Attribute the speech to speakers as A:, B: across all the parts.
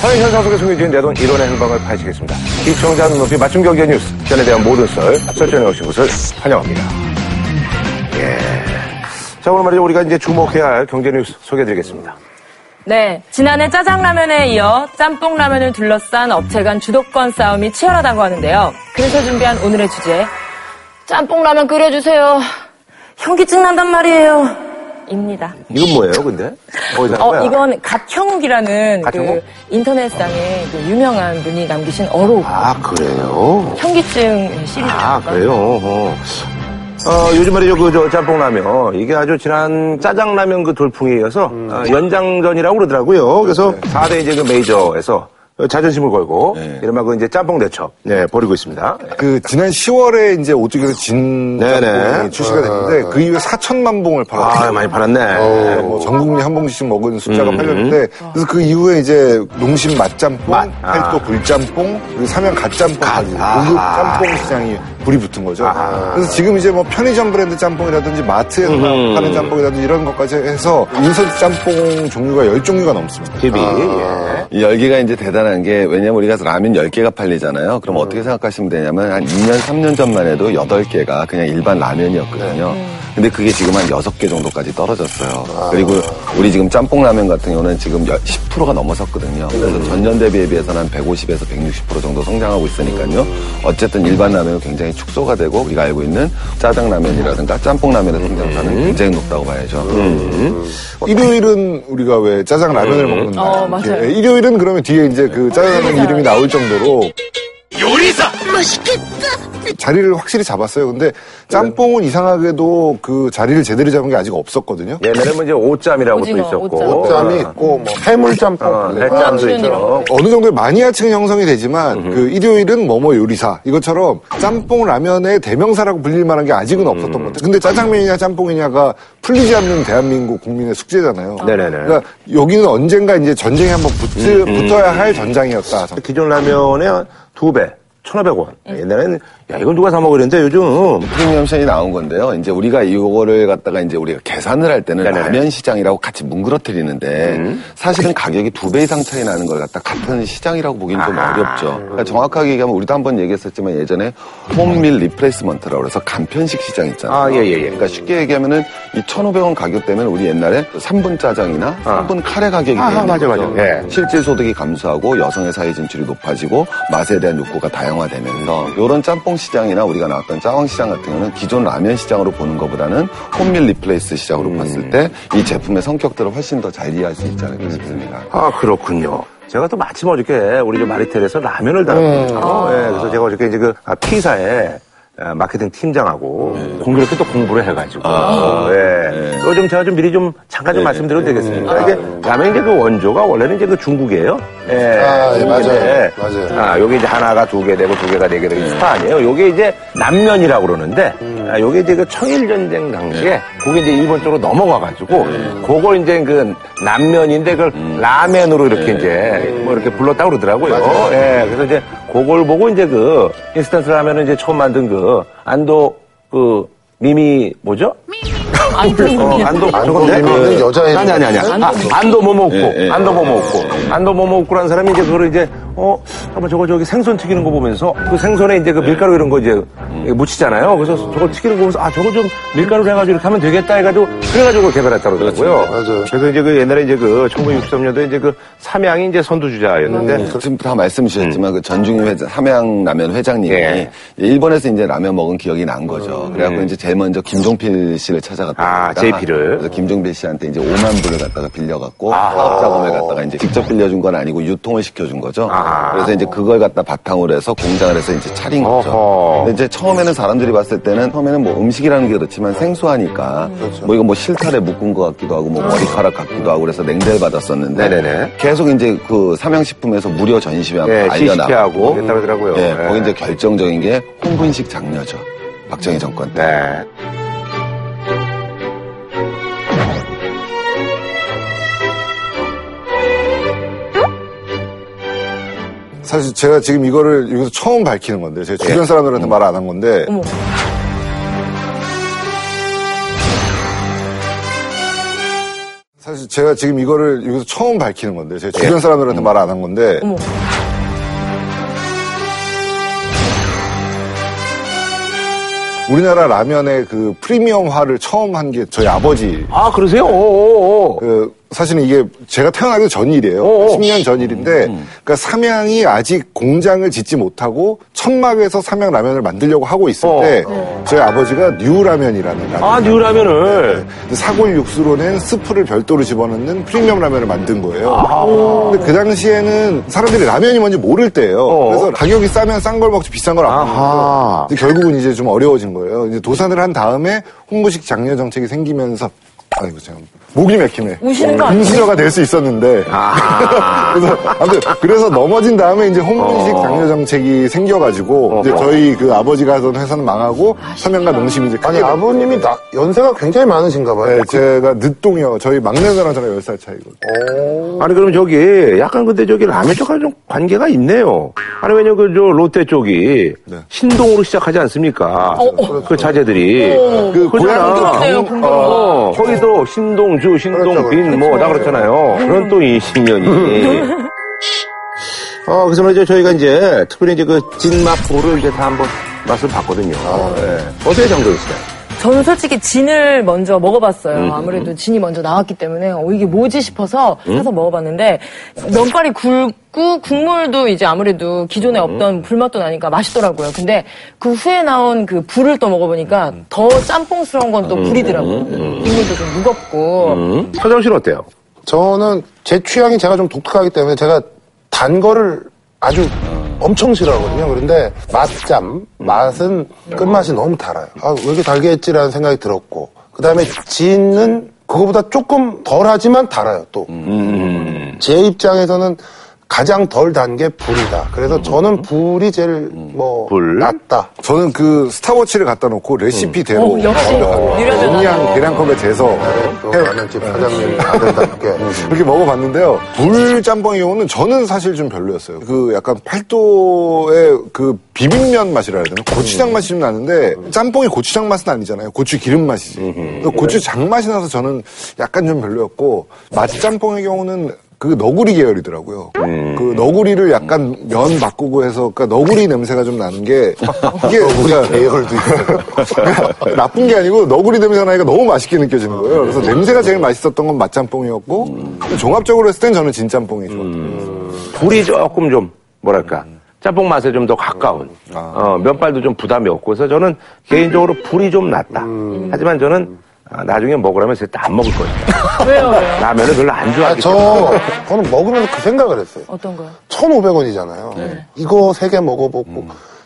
A: 사회 현상 속에 숨겨진 내돈 이론의 행방을 파헤치겠습니다. 시청자 눈높이 맞춤 경제 뉴스 전에 대한 모든 썰 설전해 오신 것을 환영합니다. 예. 자 오늘 말이죠 우리가 이제 주목해야 할 경제 뉴스 소개해드리겠습니다.
B: 네, 지난해 짜장라면에 이어 짬뽕라면을 둘러싼 업체 간 주도권 싸움이 치열하다고 하는데요. 그래서 준비한 오늘의 주제, 짬뽕라면 끓여주세요. 현기증 난단 말이에요. 입니다.
A: 이건 뭐예요, 근데? 어디다 한
B: 어,
A: 거야?
B: 이건 갓형욱이라는
A: 갓형욱?
B: 그 인터넷상에 그 유명한 분이 남기신 어록,
A: 아 그래요.
B: 현기증 시리즈.
A: 아 그래요. 어. 어, 요즘 말이죠 그저 짬뽕라면 이게 아주 지난 짜장라면 그 돌풍에 이어서 어, 연장전이라고 그러더라고요. 그래서 4대 이제 그 메이저에서 자존심을 걸고
C: 네.
A: 이른바 그 이제 짬뽕 대첩 네, 벌이고 있습니다.
C: 그 지난 10월에 이제 오뚜기에서 진
A: 네네. 어,
C: 짬뽕이 출시가 됐는데 그 이후에 4천만 봉을
A: 아
C: 팔았어요.
A: 많이 팔았네. 어. 음.
C: 네, 뭐 전국민 한 봉씩 먹은 숫자가 팔렸는데 그래서 그 이후에 이제 농심 맛짬뽕,
A: 맛, 아.
C: 팔도 불짬뽕, 그리고 삼양 갓짬뽕, 고급
A: 아하. 아.
C: 짬뽕 시장이 불이 붙은 거죠. 그래서 지금 이제 뭐 편의점 브랜드 짬뽕이라든지 마트에서
A: 음.
C: 파는 짬뽕이라든지 이런 것까지 해서 인선 짬뽕 종류가 10종류가 넘습니다.
A: TV.
D: 아, 이 열기가 이제 대단한 게 왜냐면 우리가 라면 10개가 팔리잖아요. 그럼 어떻게 생각하시면 되냐면 한 2년, 3년 전만 해도 8개가 그냥 일반 라면이었거든요. 근데 그게 지금 한 6개 정도까지 떨어졌어요. 그리고 우리 지금 짬뽕라면 같은 경우는 지금 열- 10%가 넘어섰거든요. 그래서 전년 대비에 비해서는 한 150에서 160% 정도 성장하고 있으니까요. 어쨌든 일반 라면은 굉장히 축소가 되고 우리가 알고 있는 짜장라면이라든가 짬뽕라면의 성장사는 굉장히 높다고 봐야죠.
C: 뭐 일요일은 우리가 왜 짜장 라면을 먹는 날.
B: 어, 맞아요.
C: 예, 일요일은 그러면 뒤에 이제 그 짜장 라면 이름이 나올 정도로 자리를 확실히 잡았어요. 근데 짬뽕은 이상하게도 그 자리를 제대로 잡은 게 아직 없었거든요.
A: 옛날에 뭐 이제 오짬이라고 또
B: 오징어,
A: 있었고.
B: 오짬.
E: 짬이 있고 뭐 해물짬뽕
A: 어,
E: 네.
A: 해짬도
B: 아,
A: 있죠.
C: 어느 정도 마니아층 형성이 되지만 그 일요일은 뭐뭐 요리사 이것처럼 짬뽕 라면의 대명사라고 불릴 만한 게 아직은
A: 음.
C: 없었던 것 같아요. 근데 짜장면이냐 짬뽕이냐가 풀리지 않는 대한민국 국민의 숙제잖아요.
A: 네네네. 음,
C: 그러니까 여기는 언젠가 이제 전쟁에 한번 붙, 붙어야 할 전장이었다.
A: 기존 라면에 두 배. 1,500원. 네, 옛날에는 야 이건 누가 사 먹으랬는데 요즘
D: 프리미엄션이 나온 건데요. 이제 우리가 이거를 갖다가 이제 우리가 계산을 할 때는
A: 네네네. 음.
D: 라면 시장이라고 같이 뭉그러뜨리는데 사실은 가격이 두 배 이상 차이 나는 걸 갖다 같은 시장이라고 보기는 좀
A: 아하.
D: 어렵죠. 그러니까 정확하게 얘기하면 우리도 한번 얘기했었지만 예전에 홈밀 리플레이스먼트라고 그래서 간편식 시장 있잖아요.
A: 아, 예, 예, 예.
D: 그러니까 쉽게 얘기하면은 이 1,500원 가격 때문에 우리 옛날에 3분 짜장이나
A: 아.
D: 3분 카레 가격이
A: 아하,
D: 되는
A: 맞아,
D: 거죠.
A: 맞아. 예.
D: 실제 소득이 감소하고 여성의 사회 진출이 높아지고 맛에 대한 욕구가 다양화되면서 이런 짬뽕 시장이나 우리가 나왔던 짜왕 시장 같은 경우는 기존 라면 시장으로 보는 것보다는 홈밀 리플레이스 시장으로
A: 음.
D: 봤을 때 이 제품의 성격들을 훨씬 더 잘 이해할 수 있지 않을까 싶습니다.
A: 아 그렇군요. 제가 또 마침 어저께 우리 저 마리텔에서 라면을
C: 네.
A: 다뤘거든요.
C: 아.
A: 예, 그래서 제가 어저께 이제 그 아, 피사에 아, 마케팅 팀장하고
C: 네.
A: 공교롭게 또 공부를 해가지고
C: 아.
A: 예. 이거 좀 제가 좀 미리 좀 잠깐
C: 네.
A: 좀 말씀드려도 되겠습니까?
C: 아.
A: 이게 라면 이제 그 원조가 원래는 이제 그 중국이에요. 예.
E: 아, 예, 맞아요.
A: 중국인데,
E: 맞아요.
A: 아, 요게 이제 하나가 두 개 되고 두 개가 네 개 되고 스타 아니에요. 요게 이제 남면이라고 그러는데,
E: 음.
A: 아, 요게 이제 그 청일전쟁 당시에,
E: 네.
A: 그게 이제 일본 쪽으로 넘어가가지고, 그걸 이제 그 남면인데 그걸
E: 음.
A: 라멘으로 이렇게
E: 네.
A: 이제 뭐 이렇게 불렀다고 그러더라고요. 예, 그래서 이제 그걸 보고 이제 그 인스턴트 라면을 이제 처음 만든 그 안도 그 미미 뭐죠?
B: 아,
A: 어, 안도 안도
E: 안도 미미는
A: 네,
E: 여자애는
A: 그 아니 아니 아니
E: 안도
A: 아, 안도 뭐 먹고
D: 예, 예.
A: 안도 뭐 먹고 안도 뭐 먹고라는 사람이 이제 그걸 이제 어 잠깐 저거 저기 생선 튀기는 거 보면서 그 생선에 이제 그 밀가루 이런 거 이제 묻히잖아요. 그래서 저거 튀기는 거 보면서 아 저거 좀 밀가루 해가지고 이렇게 하면 되겠다 해가지고 그래가지고 그걸 개발했다 그러더라고요.
E: 맞아요.
A: 그래서 이제 그 옛날에 이제 그 1963년도에 이제 그 삼양이 이제 선두주자였는데
D: 지금 네. 다 말씀 주셨지만 그 전중희 회장, 삼양라면 회장님이
A: 음. 예. 음.
D: 일본에서 이제 라면 먹은 기억이 난 거죠. 그래갖고 이제 제일 먼저 김종필 씨를 찾아갔다.
A: 아, JP 를. 아.
D: 그래서 김종필 씨한테 이제 5만 불을 갖다가 빌려갖고 사업 자금을 갖다가 이제 직접 빌려준 건 아니고 유통을 시켜준 거죠.
A: 아.
D: 그래서 이제 그걸 갖다 바탕으로 해서 공장을 해서 이제 차린 거죠.
A: 어허.
D: 근데 이제 처음에는 사람들이 봤을 때는 처음에는 뭐 음식이라는 게 그렇지만 생소하니까 뭐 이거 뭐 실타래 묶은 것 같기도 하고 뭐 머리카락 같기도 하고 그래서 냉대를 받았었는데
A: 네네네.
D: 계속 이제 그 삼양식품에서 무료 전시회 한번
A: 예, CCP하고
D: 알려나가고
A: 그랬다 그러더라고요.
D: 예,
A: 예.
D: 거기 이제 결정적인 게 홍분식 장려죠. 박정희 정권 때.
A: 네.
C: 사실 제가 지금 이거를 여기서 처음 밝히는 건데 제 주변 사람들한테 말 안 한 건데
B: 예. 어머.
C: 사실 사실 제가 지금 이거를 여기서 처음 밝히는 건데 제 주변 사람들한테 말 안 한 건데
B: 예. 어머.
C: 우리나라 라면의 그 프리미엄화를 처음 한 게 저희 아버지
A: 아, 그러세요? 오, 오, 오.
C: 그 사실은 이게 제가 태어나기 전 일이에요.
A: 어어. 음,
C: 10년 전 일인데 그러니까 삼양이 아직 공장을 짓지 못하고 천막에서 삼양 라면을 만들려고 하고 있을
A: 어.
C: 때 저희 아버지가 뉴라면이라는 라면
A: 아, 뉴라면을.
C: 사골 육수로 낸 스프를 별도로 집어넣는 프리미엄 라면을 만든
A: 아.
C: 거예요. 근데 그 당시에는 사람들이 라면이 뭔지 모를 때예요.
A: 어.
C: 그래서 가격이 싸면 싼 걸 먹지 비싼 걸 안 먹고
E: 아하.
C: 이제 결국은 이제 좀 어려워진 거예요. 이제 도산을 한 다음에 홍보식 장려 정책이 생기면서 아이고 제가 목이 맥히네.
B: 우시는 거 아니에요?
C: 임시저가 될 수 있었는데.
E: 아.
C: 그래서 아무튼 그래서 넘어진 다음에 이제 홍보식 장려 정책이 생겨가지고
E: 어,
C: 이제 저희 그 아버지가 하던 회사는 망하고
B: 아,
C: 삼양과 농심이 이제
E: 아니
C: 크게
E: 아버님이 나- 연세가 굉장히 많으신가 봐요.
C: 네, 제가 늦동이요. 저희 막내사랑 저랑 10살 차이거든요.
A: 아니, 그럼 저기, 약간 근데 저기 라면 쪽하고 좀 관계가 있네요. 아니, 왜냐면 그, 저, 롯데 쪽이
C: 네.
A: 신동으로 시작하지 않습니까? 그 자재들이.
C: 그
A: 그잖아.
C: 고향도
B: 그렇네요,
A: 어, 거기도 신동주,
C: 그렇죠,
A: 신동빈, 뭐, 다 그렇잖아요. 그런 또 이 신년이. 어, 그래서 이제 저희가 이제, 특별히 이제 그, 진맛보를 이제 다 한번 맛을 봤거든요.
C: 아, 네.
A: 예. 어때요, 장도현 씨?
B: 저는 솔직히 진을 먼저 먹어봤어요.
D: 음.
B: 아무래도 진이 먼저 나왔기 때문에 어, 이게 뭐지 싶어서
D: 음?
B: 사서 먹어봤는데 면발이 굵고 국물도 이제 아무래도 기존에
D: 음.
B: 없던 불맛도 나니까 맛있더라고요. 근데 그 후에 나온 그 불을 또 먹어보니까
D: 음.
B: 더 짬뽕스러운 건 또 불이더라고요. 국물도 좀 무겁고
A: 음? 서정 씨는 어때요?
E: 저는 제 취향이 제가 좀 독특하기 때문에 제가 단 거를 아주 엄청 싫어하거든요. 그런데 맛짬, 맛은 끝맛이 너무 달아요. 아, 왜 이렇게 달게 했지라는 생각이 들었고. 그 다음에 진은 그거보다 조금 덜 하지만 달아요, 또. 제 입장에서는 가장 덜 단 게 불이다. 그래서 저는 불이 제일 뭐
A: 불?
E: 낫다.
C: 저는 그 스타워치를 갖다 놓고 레시피 대로
B: 어, 역시 유려면
C: 그냥 계량컵에 재서
E: 또 라면집 사장님 음, 아들답게.
C: 그렇게 먹어봤는데요. 불짬뽕의 경우는 저는 사실 좀 별로였어요. 그 약간 팔도의 그 비빔면 맛이라 해야 되나?
E: 음.
C: 고추장 맛이 좀 나는데 짬뽕이 고추장 맛은 아니잖아요. 고추 기름 맛이지.
E: 음,
C: 그래서 고추장 맛이 나서 저는 약간 좀 별로였고 맛짬뽕의 경우는 그 너구리 계열이더라고요.
E: 음.
C: 그 너구리를 약간 면 바꾸고 해서 그러니까 너구리 냄새가 좀 나는 게 이게 너구리 계열도 있어요. 나쁜 게 아니고 너구리 냄새가 나니까 너무 맛있게 느껴지는 거예요. 그래서
E: 음.
C: 냄새가 제일 맛있었던 건 맛짬뽕이었고 종합적으로 했을 땐 저는 진짬뽕이 좋았던 것
E: 음.
C: 같아요.
A: 불이 조금 좀, 뭐랄까. 짬뽕 맛에 좀 더 가까운,
E: 아.
A: 어, 면발도 좀 부담이 없고, 그래서 저는 개인적으로 불이 좀 낫다.
E: 음.
A: 하지만 저는 아, 나중에 먹으라면 절대 안 먹을 거예요.
B: 왜요 왜요?
A: 라면을 별로 안
E: 아,
A: 좋아하기
E: 저, 저는 먹으면서 그 생각을 했어요.
B: 어떤 거요?
E: 1,500원이잖아요. 이거 세 개 먹어보고,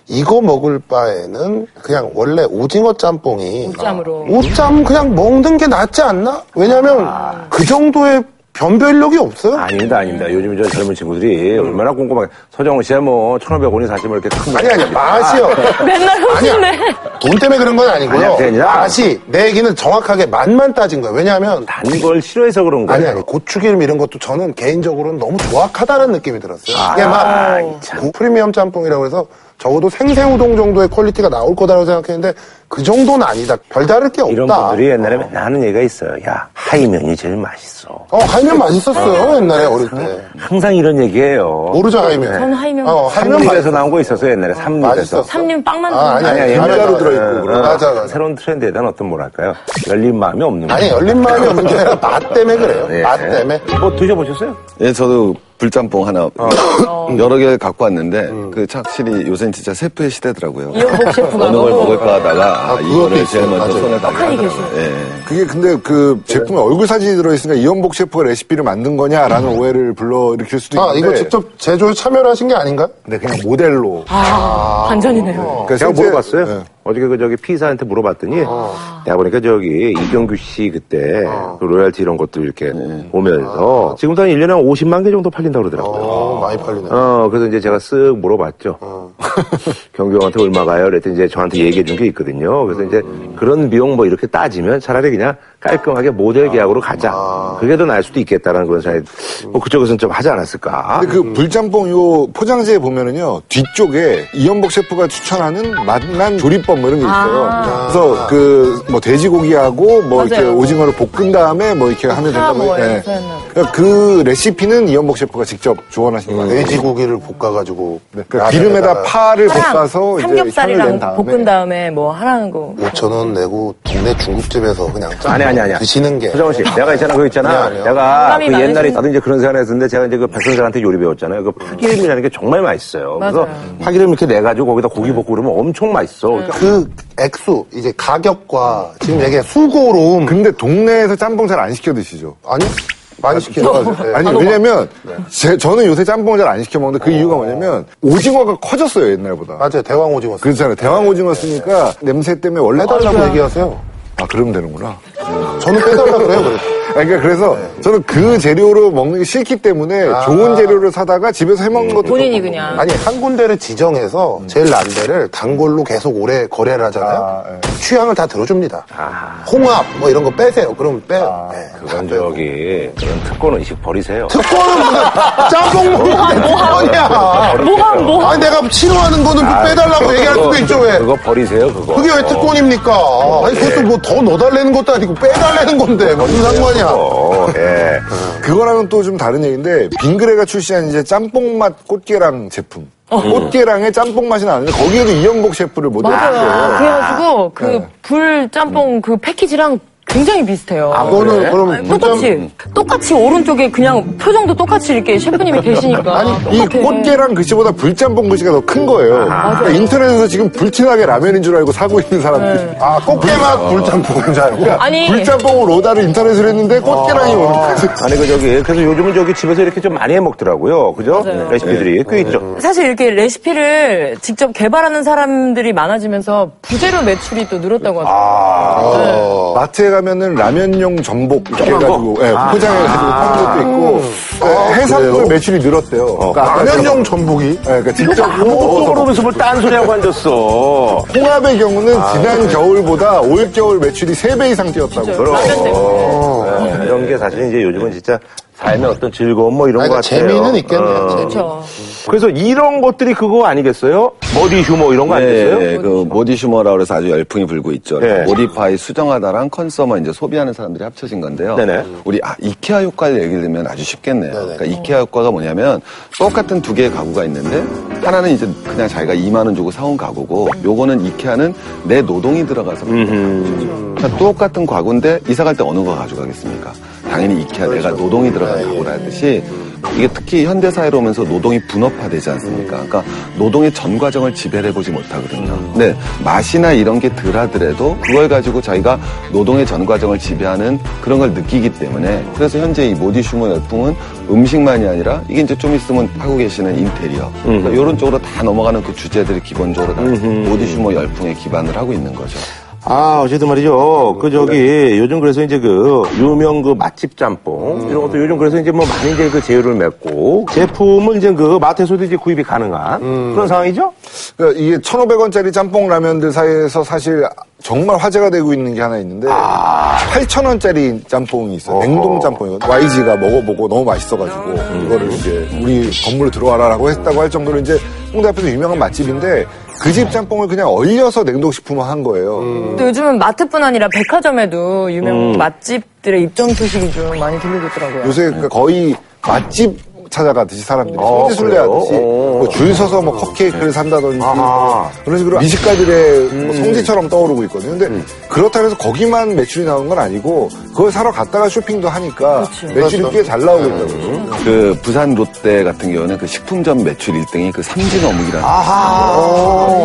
E: 이거 먹을 바에는 그냥 원래 오징어 짬뽕이.
B: 옷짬으로.
E: 옷짬 그냥 먹는 게 낫지 않나? 왜냐면 그 정도의 변별력이 없어요.
A: 아닙니다, 아닙니다. 요즘 저 젊은 친구들이 얼마나 꼼꼼하게. 서정훈 씨야 뭐, 1,500원이 사실 뭐 이렇게 큰 거.
E: 아니, 아니, 맛이요.
B: 맨날
E: 아니야. 네.
B: 흥분해.
E: 돈 때문에 그런 건
A: 아니야,
E: 아니고요.
A: 그게 아니라.
E: 맛이, 내 얘기는 정확하게 맛만 따진 거예요. 왜냐하면
A: 단걸 싫어해서 그런 거예요.
E: 아니 아니 고추기름 이런 것도 저는 개인적으로는 너무 조악하다는 느낌이 들었어요.
A: 아,
E: 이게 막 고- 프리미엄 짬뽕이라고 해서 적어도 생생우동 정도의 퀄리티가 나올 거다라고 생각했는데 그 정도는 아니다. 별다를 게 없다.
A: 이런 분들이 옛날에 맨날 하는 얘기가 있어요. 야, 하이면이 제일 맛있어.
E: 어 하이면
A: 아,
E: 맛있었어요 옛날에 어릴 때
A: 항상 이런 얘기예요.
E: 모르죠 하이면.
A: 네.
B: 전 하이면
E: 어 하이면
A: 삼립에서
E: 맛있어.
A: 나온 거 있었어요, 옛날에. 삼립에서.
E: 맛있었어.
B: 삼림 빵만
E: 아
B: 먹는
E: 아니
B: 거
E: 아니
A: 아니야,
E: 가루로
A: 옛날에.
E: 들어있고 그런. 맞아
A: 어,
E: 맞아.
A: 새로운 트렌드에 대한 어떤 뭐랄까요? 열린 마음이 없는
E: 아니 열린
A: 네.
E: 마음이 없는 게 아니라 맛 때문에 그래요.
A: 예.
E: 맛 때문에.
A: 뭐 드셔보셨어요?
D: 예, 저도 불짬뽕 하나 여러 개 갖고 왔는데 그 확실히 요새는 진짜 세프의 시대더라고요.
B: 이영복 셰프가
D: 어느 걸
B: 너무-
D: 먹을까 하다가 아,
E: 그것도
D: 이거를 제일
E: 있어요.
D: 먼저
E: 맞아요.
D: 손에 담고
B: 착하게
D: 하더라고요. 예.
C: 그게 근데 그
E: 네.
C: 제품에 얼굴 사진이 들어있으니까 이현복 셰프가 레시피를 만든 거냐라는 오해를 불러일으킬 수도
E: 음. 아
C: 있는데
E: 이거 직접 제조에 참여를 하신 게 아닌가?
C: 근데 그냥 모델로
B: 아, 반전이네요.
C: 그러니까
A: 제가
C: 실제-
A: 물어봤어요.
C: 네.
A: 어저께 그 저기 피사한테 물어봤더니
E: 아.
A: 내가 보니까 저기 이경규 씨 그때 그 로얄티 이런 것도 이렇게
C: 네.
A: 보면서 지금도 한 1년에 한 50만 개 정도 팔린다고 그러더라고요.
E: 아. 어 많이 팔리네.
A: 어, 그래서 이제 제가 쓱 물어봤죠. 경규 형한테
E: 음.
A: 얼마 가요? 그랬더니 이제 저한테 얘기해 준 게 있거든요. 그래서 이제 그런 비용 뭐 이렇게 따지면 차라리 그냥 깔끔하게
E: 아.
A: 모델 계약으로 가자. 그게 더 나을 수도 있겠다라는 그런 생각이
E: 음.
A: 뭐 그쪽에서는 좀 하지 않았을까.
C: 근데 그 불짬뽕 요 포장지에 보면은요 뒤쪽에 이연복 셰프가 추천하는 맛난 조리법 뭐 이런 게 있어요.
B: 아.
C: 그래서 그 뭐 돼지고기하고 뭐
B: 맞아요.
C: 이렇게 오징어를 볶은 다음에 뭐 이렇게 하면 된다 뭐
B: 뭐
C: 예.
B: 해서였나
C: 그러니까 그 레시피는 이연복 셰프가 직접 조언하신 거 같아요.
E: 돼지고기를 음. 볶아가지고
C: 네, 그 기름에다 파를 볶아서 이제 향을 낸
B: 삼겹살이랑
C: 다음에
B: 볶은 다음에 뭐 하라는 거.
E: 5천 원 내고 동네 중국집에서 그냥
A: 아니 아니 아니.
E: 드시는 게
A: 서정훈 씨, 내가 있잖아 그거 있잖아.
E: 아니요.
A: 내가
B: 사람이
A: 그 옛날에
B: 많으신-
A: 나도 이제 그런 생각을 했었는데 제가 이제 그 백선생한테 요리 배웠잖아요. 그 파기름이라는 게 정말 맛있어요. 그래서
B: 맞아요. 네.
A: 파기름 이렇게 내 가지고 거기다 고기
E: 네.
A: 볶고 그러면 엄청 맛있어. 그러니까
E: 그 액수 이제 가격과 지금 얘기한 수고로움
C: 근데 동네에서 짬뽕 잘 안 시켜 드시죠?
E: 아니 많이 시키는
C: 아니 왜냐면
B: 네.
C: 제- 저는 요새 짬뽕을 잘 안 시켜 먹는데 그 이유가 뭐냐면 오징어가 커졌어요 옛날보다.
E: 맞아요 대왕 오징어
C: 그렇잖아요. 대왕 오징어 쓰니까 냄새 때문에 원래
E: 빼달라고
C: 커져요.
E: 얘기하세요
C: 아, 그러면 되는구나.
E: 저는 빼달라 그래요 그래서
C: 아, 그러니까 그래서 저는 그 재료로 먹는 게 싫기 때문에
E: 아.
C: 좋은 재료를 사다가 집에서 해 먹는 것도
B: 본인이
C: 좋고.
B: 그냥.
E: 아니 한 군데를 지정해서 제일 난 데를 단골로 계속 오래 거래를 음. 하잖아요 예. 취향을 다 들어줍니다 홍합 뭐 이런 거 빼세요 그럼 빼요 네, 다
A: 그건
E: 빼요.
A: 저기 그런 특권 의식 버리세요.
E: 특권은 무슨 짬뽕 먹는 데 특권이야
B: 뭐가 뭐?
E: 뭐 아니 내가 싫어하는 거는
C: 아,
E: 또 빼달라고 얘기할 수도 있죠 왜
A: 그거 버리세요 그거.
E: 그게 왜 특권입니까? 아니,
C: 예.
E: 그것도 뭐 더 넣어달라는 것도 아니고 빼달라는 건데, 무슨 상관이야?
A: 어, 예.
C: 그거랑은 또 좀 다른 얘기인데 빙그레가 출시한 이제 짬뽕 맛 꽃게랑 제품. 꽃게랑의 짬뽕 맛이 나는데 거기에도 이영복 셰프를 모델로
B: 어. 맞아요. 그래가지고 그 불짬뽕 그 패키지랑 굉장히 비슷해요.
E: 그거는 그럼
B: 아니, 똑같이 똑같이 오른쪽에 그냥 표정도 똑같이 이렇게 셰프님이 계시니까
C: 이
B: 똑같아.
C: 꽃게랑 글씨보다 불짬뽕 글씨가 더 큰 거예요.
E: 아,
C: 그러니까 인터넷에서 지금 불티나게 라면인 줄 알고 사고 있는 사람들. 이
E: 아, 꽃게맛 불짬뽕인 줄 알고.
B: 네. 아니
C: 불짬뽕을 오다를 인터넷으로 했는데 꽃게랑이
E: 어.
C: 오는 거예요.
A: 아니 그 저기 그래서 요즘은 저기 집에서 이렇게 좀 많이 해 먹더라고요. 그죠? 네,
B: 맞아요.
E: 네.
A: 레시피들이 꽤 있죠.
B: 사실 이렇게 레시피를 직접 개발하는 사람들이 많아지면서 부재료 매출이 또 늘었다고 하더라고요.
E: 어.
C: 마트에 가면은 라면용 전복 이렇게 해가지고 예,
E: 아.
C: 포장해가지고 파는 것도 있고 예, 해산물 매출이 늘었대요. 그러니까
E: 어. 라면용 전복이.
C: 예, 그러니까
E: 네.
C: 직접
A: 쪽으로 오면서 뭘 딴소리하고 앉았어.
C: 홍합의 경우는
E: 아,
C: 지난 겨울보다 올 겨울 매출이 3배 이상 뛰었다고.
B: 그죠? 라면 때문에.
E: 어.
A: 네, 이런 게 사실 이제 요즘은 진짜 삶의 어떤 즐거움 뭐 이런
E: 아니,
A: 거
E: 그러니까
A: 같아요. 어.
E: 재미는 있겠네요. 재미.
B: 그렇죠.
A: 그래서 이런 것들이 그거 아니겠어요? 머리 휴머 이런 거 아니겠어요?
D: 예, 예, 그 모디슈머라고 해서 아주 열풍이 불고 있죠.
A: 예.
D: 모디파이 수정하다랑 컨서머 이제 소비하는 사람들이 합쳐진 건데요.
A: 네네.
D: 우리 아, 이케아 효과를 얘기를 들면 아주 쉽겠네요. 그러니까 이케아 효과가 뭐냐면 똑같은 두 개의 가구가 있는데 하나는 이제 그냥 자기가 2만 원 주고 사온 가구고 요거는 이케아는 내 노동이 들어가서 만든 가구죠. 그러니까 똑같은 가구인데 이사 갈 때 어느 거 가져가겠습니까? 당연히 이케아 내가
A: 그렇죠.
D: 노동이 들어간
A: 네.
D: 가구라 하듯이 이게 특히 현대 사회로 오면서 노동이 분업화되지 않습니까? 그러니까 노동의 전 과정을 지배해 보지 못하거든요. 근데 맛이나 이런 게 덜하더라도 그걸 가지고 자기가 노동의 전 과정을 지배하는 그런 걸 느끼기 때문에 그래서 현재 이 모디슈머 열풍은 음식만이 아니라 이게 이제 좀 있으면 하고 계시는 인테리어 그러니까 이런 쪽으로 다 넘어가는 그 주제들이 기본적으로 다 모디슈머 열풍에 기반을 하고 있는 거죠.
A: 아, 어쨌든 말이죠. 그 저기 요즘 그래서 이제 그 유명 그 맛집 짬뽕 이런 것도 요즘 그래서 이제 뭐 많이 이제 그 제휴를 맺고 제품은 이제 그 마트에서도 이제 구입이 가능한 그런 상황이죠?
C: 그러니까 이게 1,500원짜리 짬뽕 라면들 사이에서 사실 정말 화제가 되고 있는 게 하나 있는데 8,000원짜리 짬뽕이 있어요. 냉동 짬뽕이거든요. YG가 먹어보고 너무 맛있어가지고 이거를 이제 우리 건물 들어와라라고 했다고 할 정도로 이제 홍대 앞에서 유명한 맛집인데 그 집 짬뽕을 그냥 얼려서 냉동식품화한 거예요.
B: 또 요즘은 마트뿐 아니라 백화점에도 유명 맛집들의 입점 소식이 좀 많이 들리고 있더라고요.
C: 요새 그러니까 거의 맛집 찾아가듯이 사람들이 손짓을 하듯이 줄 서서 뭐 컵케이크를 산다든지 그런 식으로 미식가들의 뭐 성지처럼 떠오르고 있거든요. 근데 그렇다고 해서 거기만 매출이 나오는 건 아니고 그걸 사러 갔다가 쇼핑도 하니까 매출이 꽤 잘 나오고 있다고. 요
D: 그 부산 롯데 같은 경우는 그 식품점 매출 1등이 그 삼진 어묵이라는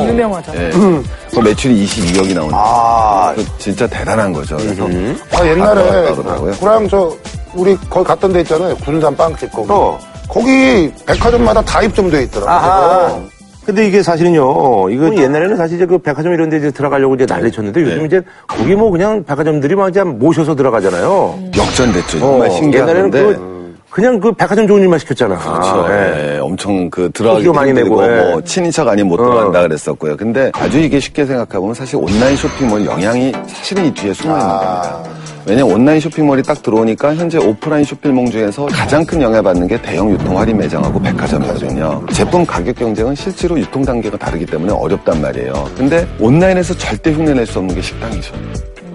B: 유명하잖아요.
D: 예.
A: 음.
D: 그 매출이 22억이 나오는 아~ 진짜 대단한 거죠.
A: 음.
D: 그래서
E: 아, 옛날에,
D: 그러더라고요.
E: 그랑 저, 우리 거기 갔던 데 있잖아요. 군산 빵집 거기. 거기 백화점마다 다 입점돼 있더라고요.
A: 어. 근데 이게 사실은요, 이거 옛날에는 사실 이제 그 백화점 이런 데 이제 들어가려고 이제 난리 쳤는데 요즘 이제 거기 뭐 그냥 백화점들이 막 이제 모셔서 들어가잖아요.
D: 역전됐죠. 정말
A: 어,
D: 신기한
A: 옛날에는
D: 건데
A: 그 그냥 그 백화점 좋은 일만 시켰잖아.
D: 그렇죠.
A: 아, 예.
D: 예, 엄청 그 들어가기
A: 소주 많이
D: 힘들고
A: 내고, 예.
D: 뭐 친인척 아니면 못 들어간다 그랬었고요. 근데 아주 이게 쉽게 생각하면 사실 온라인 쇼핑몰 영향이 사실은 이 뒤에 숨어 있는 겁니다. 왜냐면 온라인 쇼핑몰이 딱 들어오니까 현재 오프라인 쇼핑몰 중에서 가장 큰 영향 받는 게 대형 유통 할인 매장하고 백화점이거든요. 제품 가격 경쟁은 실제로 유통 단계가 다르기 때문에 어렵단 말이에요. 근데 온라인에서 절대 흉내낼 수 없는 게 식당이죠.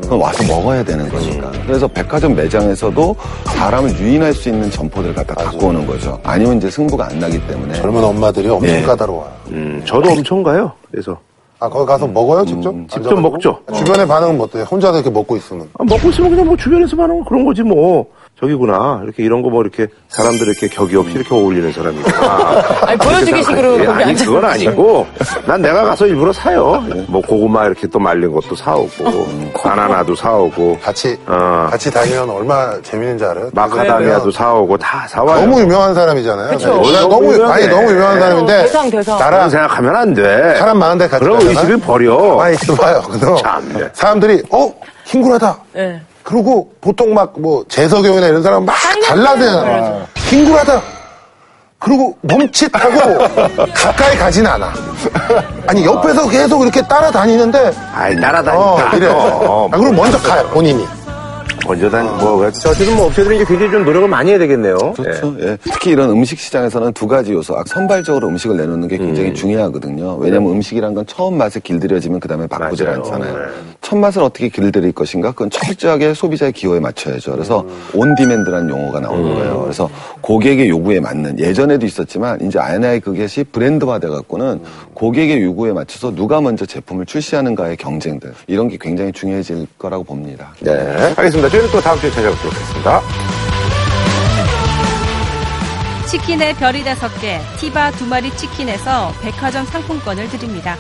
D: 그럼 와서 먹어야 되는 거니까. 그래서 백화점 매장에서도 사람을 유인할 수 있는 점포들 갖다 갖고 오는 거죠. 아니면 이제 승부가 안 나기 때문에.
E: 젊은 엄마들이 엄청
D: 예.
E: 까다로워요.
A: 음, 저도 엄청 가요. 그래서
E: 아, 거기 가서 먹어요, 직접?
A: 음,
E: 아,
A: 직접 먹죠.
E: 주변의 반응은 뭐 어때요? 혼자 이렇게 먹고 있으면.
A: 아, 먹고 있으면 그냥 뭐 주변에서 하는 그런 거지 뭐. 저기구나. 이렇게 이런 거 뭐 이렇게 사람들 이렇게 격이 없이 이렇게 어울리는 사람이구나.
B: 아니, 보여주기 식으로
A: 예,
B: 거기
A: 아니,
B: 앉아서
A: 그건 아니고. 난 내가 가서 일부러 사요. 뭐 고구마 이렇게 또 말린 것도 사오고, 바나나도 사오고,
E: 같이,
A: 어.
E: 같이 다니면 얼마나 재밌는지 알아요?
A: 마카다미아도 사오고, 다 사와요.
E: 너무 유명한 사람이잖아요.
B: 그쵸.
E: 원래 너무,
A: 너무
E: 아니,
A: 유명해. 네.
E: 너무 유명한 사람인데.
B: 어, 대상, 대상.
E: 나랑
A: 그런 생각하면 안 돼.
E: 사람 많은데 같이
A: 그럼
E: 가잖아?
A: 의식을 버려.
E: 많이 들어봐요. 그래서
A: 참.
E: 사람들이 어 킹굴하다.
B: 예.
E: 그리고 보통 막 뭐 재석용이나 이런 사람 은막
B: 네.
E: 달라대잖아. 킹굴하다. 그리고 멈칫하고 가까이 가진 않아. 아니 옆에서 계속 이렇게 따라다니는데
A: 아이, 따라다닌다.
E: 어 이래.
A: 어, 어,
E: 아, 그리고 먼저 가요 본인이.
A: 먼저 다니, 뭐, 그래. 어쨌든 뭐 업체들이 이제 굉장히 좀 노력을 많이 해야 되겠네요.
D: 그렇죠. 예. 특히 이런 음식 시장에서는 두 가지 요소, 아, 선발적으로 음식을 내놓는 게 굉장히 중요하거든요. 왜냐하면 음식이란 건 처음 맛에 길들여지면 그 다음에 바꾸질
A: 네. 맞아요. 네.
D: 않잖아요. 첫 맛을 어떻게 길들일 것인가? 그건 철저하게 소비자의 기호에 맞춰야죠. 그래서
A: 음.
D: 온디맨드라는 용어가 나오는 거예요. 그래서 고객의 요구에 맞는 예전에도 있었지만 이제 아이나의 그것이 브랜드화돼 갖고는 고객의 요구에 맞춰서 누가 먼저 제품을 출시하는가의 경쟁들 이런 게 굉장히 중요해질 거라고 봅니다.
A: 예. 네. 알겠습니다. 저희는 또 다음 주에 찾아뵙도록 하겠습니다.
F: 치킨의 별이 다섯 개, 티바 두 마리 치킨에서 백화점 상품권을 드립니다.